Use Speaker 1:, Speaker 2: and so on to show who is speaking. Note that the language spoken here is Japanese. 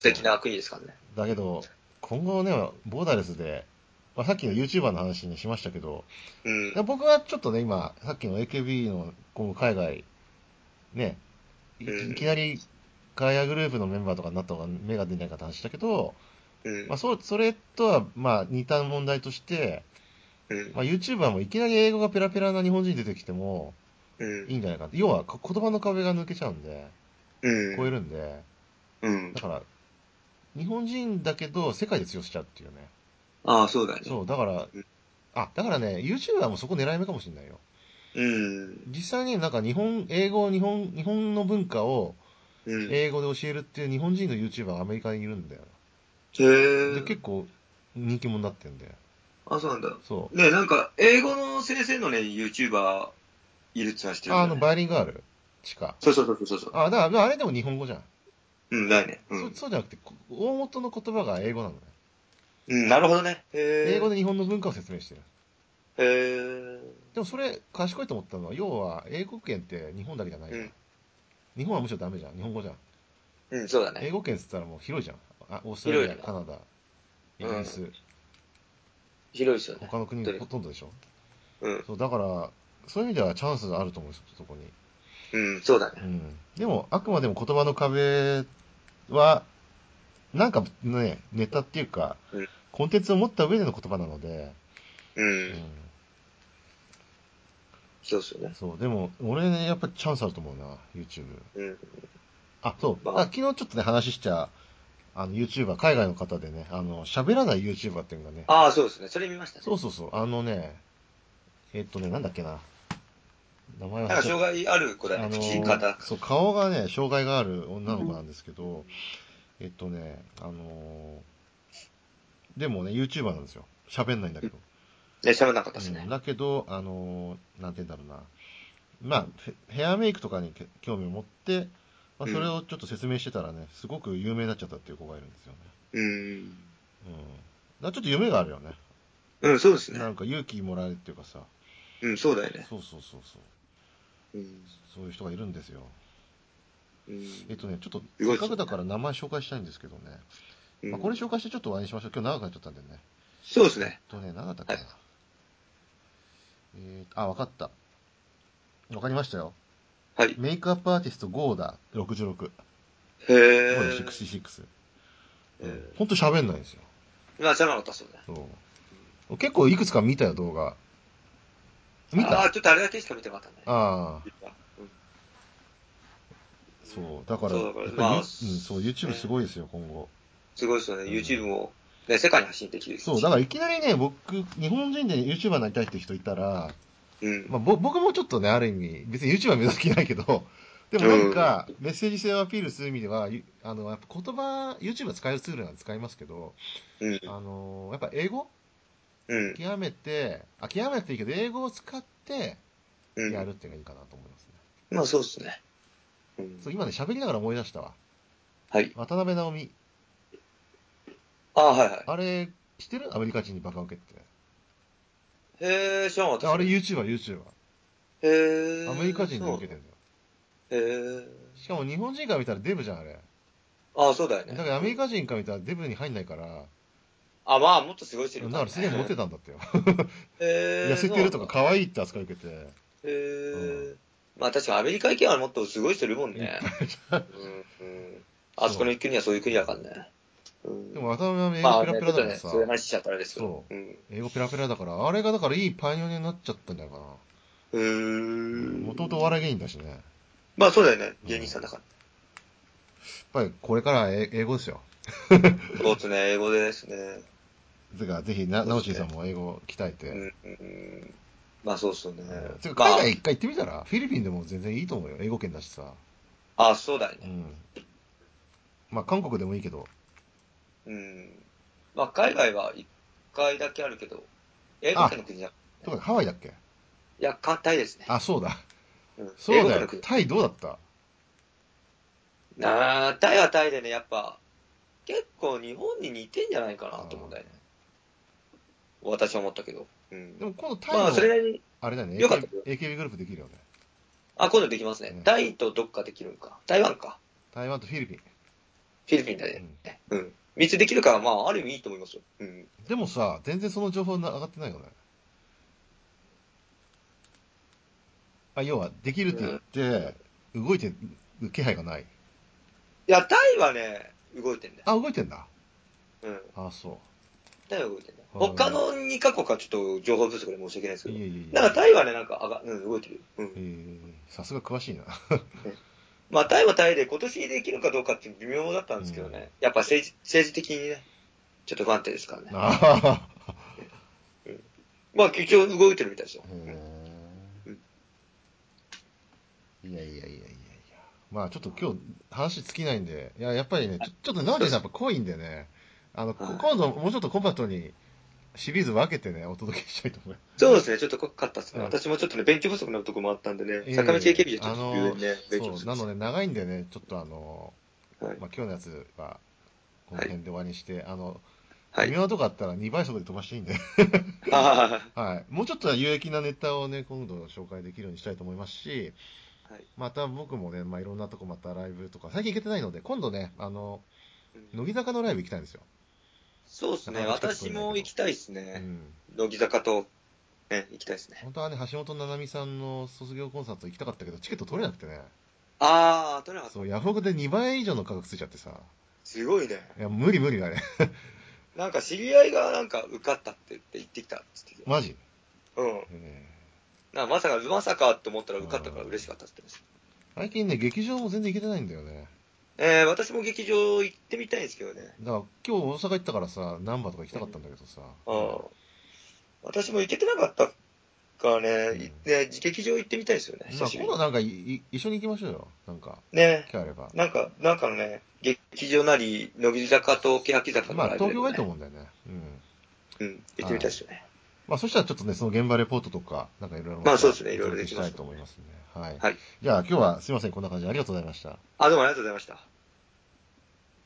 Speaker 1: 的な国ですからね。
Speaker 2: だけど、今後ね、ボーダーレスで、まあ、さっきの YouTuber の話にしましたけど、
Speaker 1: うん
Speaker 2: いや。僕はちょっとね、今、さっきの AKB の今後海外、ね、い
Speaker 1: うん
Speaker 2: いきなりガイアグループのメンバーとかになった方が目が出ないかって話したけど、
Speaker 1: うん
Speaker 2: まあ、。そうそれとはまあ似た問題として、
Speaker 1: うん
Speaker 2: まあ、YouTuber もいきなり英語がペラペラな日本人出てきても
Speaker 1: うん
Speaker 2: いいんじゃないかって、要はこ言葉の壁が抜けちゃうんで、
Speaker 1: うん。
Speaker 2: 超えるんで、
Speaker 1: うん
Speaker 2: だ。から、日本人だけど世界で通用しちゃうっていうね。
Speaker 1: ああ、そうだよね。
Speaker 2: そう、だから
Speaker 1: うん、
Speaker 2: あ、だからね、YouTuber もそこ狙い目かもしれないよ。
Speaker 1: うん。
Speaker 2: 実際になんか日本、英語、日本、日本の文化を
Speaker 1: うん。へ
Speaker 2: 英語で教えるっていう日本人の YouTuber がアメリカにいるんだよ。で、
Speaker 1: え。
Speaker 2: 結構人気者になってんだよ。
Speaker 1: あ、そうなんだ。
Speaker 2: そ
Speaker 1: ねなんか、英語の先生のね、YouTuber いるって話して
Speaker 2: う。
Speaker 1: るよ
Speaker 2: あ、
Speaker 1: ね、
Speaker 2: あの、バイリンガールしか。
Speaker 1: そうそうそうそうそう。
Speaker 2: あ、だからまあ、あれでも日本語じゃん。
Speaker 1: うん、だよね。う。
Speaker 2: そうんそうじゃなくて、こ大元の言葉が英語なのね。
Speaker 1: うん、なるほどね。へえ。
Speaker 2: 英語で日本の文化を説明してる。
Speaker 1: へえ。
Speaker 2: でもそれ、賢いと思ったのは、要は、英語圏って日本だけじゃないよ、
Speaker 1: うん
Speaker 2: 日本はむしろダメじゃん。日本語じゃん。
Speaker 1: うん、そうだね。
Speaker 2: 英語圏って言ったらもう広いじゃん。あオーストラリ
Speaker 1: 広
Speaker 2: ア、
Speaker 1: いね
Speaker 2: カナダ、イギリス、
Speaker 1: 広いですよね。
Speaker 2: 他の国
Speaker 1: 本
Speaker 2: が
Speaker 1: 当に
Speaker 2: ほとんどでしょ。
Speaker 1: うん。
Speaker 2: そう、だから、そういう意味ではチャンスがあると思うんですよ、そこに。
Speaker 1: うん、そうだね
Speaker 2: う。ん。でも、あくまでも言葉の壁は、なんかね、ネタっていうか
Speaker 1: うん、
Speaker 2: コンテンツを持った上での言葉なので、
Speaker 1: う。
Speaker 2: うんん
Speaker 1: そうですよね。
Speaker 2: そう、でも、俺ね、やっぱチャンスあると思うな、YouTube。
Speaker 1: うん。
Speaker 2: あ、そう。
Speaker 1: まあ
Speaker 2: あ、昨日ちょっとね、話した、あの、YouTuber、海外の方でね、あの、喋らない YouTuber っていうのがね、
Speaker 1: ああ、そうですね。それ見ましたね。
Speaker 2: そうそうそう、あのね、えっとね、なんだっけな。名前は
Speaker 1: なんか、障害ある子だ
Speaker 2: あ
Speaker 1: ね。
Speaker 2: の
Speaker 1: 不審方。
Speaker 2: そう、顔がね、障害がある女の子なんですけど、えっとね、あのーでもね、YouTuber なんですよ。喋んないんだけど。
Speaker 1: ね、喋らなかったですね
Speaker 2: うん。だけど、あのーなんて言うんだろうな。まあ、ヘヘアメイクとかにけ興味を持って、まあ、それをちょっと説明してたらね、すごく有名になっちゃったっていう子がいるんですよね。
Speaker 1: うん。
Speaker 2: うん。だからちょっと夢があるよね。
Speaker 1: うん、そうです
Speaker 2: な
Speaker 1: ね。
Speaker 2: んか勇気もらえるっていうかさ。
Speaker 1: うん、そうだよね。
Speaker 2: そうそうそうそう。
Speaker 1: うん。
Speaker 2: そういう人がいるんですよ。
Speaker 1: うん。
Speaker 2: えっとね、ちょっと、
Speaker 1: すごいっ
Speaker 2: せっ
Speaker 1: すね
Speaker 2: かくだから名前紹介したいんですけどね。
Speaker 1: うん
Speaker 2: まあ、これ紹介してちょっと終わりにしましょう。今日長くなっちゃったんでね。
Speaker 1: そうですね。
Speaker 2: えっとね、何だったっけな。
Speaker 1: はい
Speaker 2: えー、あ、わかった。わかりましたよ。
Speaker 1: はい。
Speaker 2: メイクアップアーティストゴーダ66。
Speaker 1: へ
Speaker 2: ゴー
Speaker 1: え。
Speaker 2: ダ66。
Speaker 1: えー
Speaker 2: ほんと喋んないんですよ。
Speaker 1: まあ、喋らなかったっすよね。
Speaker 2: そう結構いくつか見たよ、動画。見
Speaker 1: あ
Speaker 2: た
Speaker 1: あ、ちょっとあれだけしか見てなかったね。
Speaker 2: ああ、
Speaker 1: うん
Speaker 2: そう。だから、
Speaker 1: そうだ
Speaker 2: や
Speaker 1: か
Speaker 2: っ
Speaker 1: ら
Speaker 2: ぱり、
Speaker 1: まあ
Speaker 2: うん、そう、YouTube すごいですよ、今後。
Speaker 1: すごいですよね。YouTube も、ね、世界に発信できるし。
Speaker 2: そう、だからいきなりね、僕、日本人で YouTuber になりたいって人いたら、
Speaker 1: うん。
Speaker 2: まあ、ぼ僕もちょっとね、ある意味、別に YouTuber 目指す気ないけど、 でもなんか、メッセージ性をアピールする意味では、ゆあの、やっぱ言葉、YouTuber 使えるツールなんで使いますけど、
Speaker 1: うん。
Speaker 2: あの、やっぱ英語
Speaker 1: うん。
Speaker 2: 極めて、あ、極めていいけど、英語を使って
Speaker 1: う
Speaker 2: や
Speaker 1: ん。
Speaker 2: るっていうのがいいかなと思いますね。
Speaker 1: まあ、そうですね。うん
Speaker 2: そう、今ね、喋りながら思い出したわ。
Speaker 1: はい。
Speaker 2: 渡辺直美。
Speaker 1: ああ、はいは
Speaker 2: あれ、知ってるアメリカ人にバカ受けって。
Speaker 1: い。へえ、知らなかったっす。
Speaker 2: あれ YouTuber、YouTuber。
Speaker 1: へえ。
Speaker 2: アメリカ人に受けてるんだよ。
Speaker 1: そうへえ。
Speaker 2: しかも日本人から見たらデブじゃん、あれ。
Speaker 1: ああ、そうだよね。
Speaker 2: だからアメリカ人から見たらデブに入んないから、
Speaker 1: あ、まあ、もっとすごい人い
Speaker 2: だ
Speaker 1: る
Speaker 2: からすげえモテたんだってよ。痩
Speaker 1: 痩
Speaker 2: せてるとか。可愛いって扱い受けて。
Speaker 1: へえ。まあ、確かにアメリカ行けばもっとすごい人いるもんね。うん。うんあそこの国はそういう国だからね。うん
Speaker 2: でも渡辺は英
Speaker 1: ま
Speaker 2: 語
Speaker 1: あ
Speaker 2: ペ
Speaker 1: ね、ちょっ
Speaker 2: ラペラだ
Speaker 1: と
Speaker 2: から
Speaker 1: ね、
Speaker 2: さ、
Speaker 1: そういう話しちゃったらあれですけど。
Speaker 2: そう
Speaker 1: うん。
Speaker 2: 英語ペラペラだから、あれがだからいいパイオニアになっちゃったんじゃないかな。
Speaker 1: うーん。
Speaker 2: もともとお笑い芸人だしね。やっ
Speaker 1: まあそうだよね。芸人さんだから。
Speaker 2: ぱりこれから英英語ですよ。
Speaker 1: そうですね。英語ですね。
Speaker 2: てか、ぜひな、ナオチンさんも英語を鍛えて。
Speaker 1: うんうん。まあそうっすよね。
Speaker 2: てか
Speaker 1: ま
Speaker 2: 海外一回行ってみたら、フィリピンでも全然いいと思うよ。英語圏だしさ。
Speaker 1: あ、あ、そうだよ
Speaker 2: う
Speaker 1: ね。
Speaker 2: ん。まあ、韓国でもいいけど。
Speaker 1: うん。まあ海外は一回だけあるけど、英語圏の国じゃん。い
Speaker 2: とか、ハワイだっけ
Speaker 1: や、簡単ですね。
Speaker 2: あ、そうだ。
Speaker 1: うん
Speaker 2: そう
Speaker 1: 英
Speaker 2: だ
Speaker 1: 語
Speaker 2: よ
Speaker 1: 圏の。国
Speaker 2: タイどうだった
Speaker 1: なあ、タイはタイでね、やっぱ、結構日本に似てんじゃないかなと思うんだよね。私は思ったけど。うん
Speaker 2: で。も今度タイ
Speaker 1: まあそれ
Speaker 2: の、
Speaker 1: なりに、
Speaker 2: あれだよね。
Speaker 1: よかったよ
Speaker 2: AKB, AKB グループできるよね。
Speaker 1: あ、今度できますね
Speaker 2: う。ん
Speaker 1: タイとどっかできるんか。台湾か。
Speaker 2: 台湾とフィリピン。
Speaker 1: フィリピンだね。
Speaker 2: うん
Speaker 1: 密できるから、まあ、ある意味いいと思いますよ。うん。
Speaker 2: でもさ、全然その情報な上がってないよね。あ、要は、できるって言って、動いてる気配がない。
Speaker 1: いや、タイはね、動いてんだよ。
Speaker 2: あ、動いてんだ。
Speaker 1: うん。
Speaker 2: あ、そ
Speaker 1: タイは動いてんだよ。
Speaker 2: はい
Speaker 1: 他の2カ国はちょっと情報不足で申し訳ないです
Speaker 2: う。
Speaker 1: け
Speaker 2: いえ
Speaker 1: ど。
Speaker 2: いえいえ。
Speaker 1: なんかタイはね、なんか、あが、うん、動いてる。うん
Speaker 2: え。ーさすが詳しいな。
Speaker 1: まあ、タイはタイで、今年できるかどうかって微妙だったんですけどね。やっぱ政治、政治的にね、ちょっと不安定ですからね。
Speaker 2: あー
Speaker 1: まあ、一応動いてるみたいですよ。
Speaker 2: へーいやいやいやいやいや。まあちょっと今日話尽きないんで、いや、やっぱりね、ちょちょっと直樹さんやっぱ濃いんでね、あの、こ
Speaker 1: はい
Speaker 2: 今度もうちょっとコンパクトにシリーズ分けてね、お届けしたいと思います。
Speaker 1: そうですね、ちょっと濃かったですね。
Speaker 2: うん
Speaker 1: 私もちょっとね、勉強不足なとこもあったんでね、
Speaker 2: ええ
Speaker 1: 坂道 AKB じゃちょっ
Speaker 2: あの
Speaker 1: と急にね、勉強不
Speaker 2: そう、
Speaker 1: 足
Speaker 2: な
Speaker 1: です
Speaker 2: ので長いんでね、ちょっとあの、
Speaker 1: はい
Speaker 2: まあ今日のやつは、この辺で終わりにして、あの、
Speaker 1: はい
Speaker 2: 微妙なとこあったら2倍速で飛ばしていいんで、
Speaker 1: あ
Speaker 2: はい。もうちょっと有益なネタをね、今度紹介できるようにしたいと思いますし、
Speaker 1: あはい
Speaker 2: また僕もね、まあ、いろんなとこまたライブとか、最近行けてないので、今度ね、あの、
Speaker 1: うん
Speaker 2: 乃木坂のライブ行きたいんですよ。
Speaker 1: そうですね、
Speaker 2: なかなか
Speaker 1: 私も行きたいです
Speaker 2: う
Speaker 1: ね。
Speaker 2: ん。
Speaker 1: 乃木坂と、ね、行きたいですね。
Speaker 2: 本当はね、橋本七海さんの卒業コンサート行きたかったけど、チケット取れなくてね。
Speaker 1: あー、取れなかった。
Speaker 2: そう、ヤフオクで2倍以上の価格ついちゃってさ。
Speaker 1: すごいね。
Speaker 2: いや、無理無理あれ。
Speaker 1: なんか知り合いがなんか受かったって言って言ってきたっつって。
Speaker 2: マジ。
Speaker 1: うん。
Speaker 2: えー
Speaker 1: なんかまさか、まさかと思ったら受かったから嬉しかったって言ってました。
Speaker 2: 最近ね、劇場も全然行けてないんだよね。
Speaker 1: えー、私も劇場行ってみたいんですけどね。
Speaker 2: だから今日大阪行ったからさ、難波とか行きたかったんだけどさ。
Speaker 1: うん。私も行けてなかったから
Speaker 2: うん
Speaker 1: ね、いね劇場行ってみたいですよね、
Speaker 2: ま
Speaker 1: 久
Speaker 2: あ、
Speaker 1: しぶ
Speaker 2: 今
Speaker 1: りに
Speaker 2: 度。なんかいい一緒に行きましょうよ。なんか、
Speaker 1: ね
Speaker 2: 機会あれば。
Speaker 1: なんか、なんかのね、劇場なり、乃木坂と欅坂の
Speaker 2: まあ、
Speaker 1: ライブ
Speaker 2: 東
Speaker 1: で
Speaker 2: 京
Speaker 1: もね、
Speaker 2: がいいと思うんだよね。
Speaker 1: う
Speaker 2: うん。
Speaker 1: ん、行ってみたいですよね。
Speaker 2: まあ、そしたらちょっとね、その現場レポートとか、なんかいろいろ。
Speaker 1: まあそうですねいろいろ
Speaker 2: お
Speaker 1: で
Speaker 2: 届け
Speaker 1: き
Speaker 2: し
Speaker 1: ま
Speaker 2: た
Speaker 1: す
Speaker 2: いと思いますね。はい。
Speaker 1: はい。
Speaker 2: じゃあ、今日はすいません、こんな感じでありがとうございました。
Speaker 1: あ、どうもありがとうございました。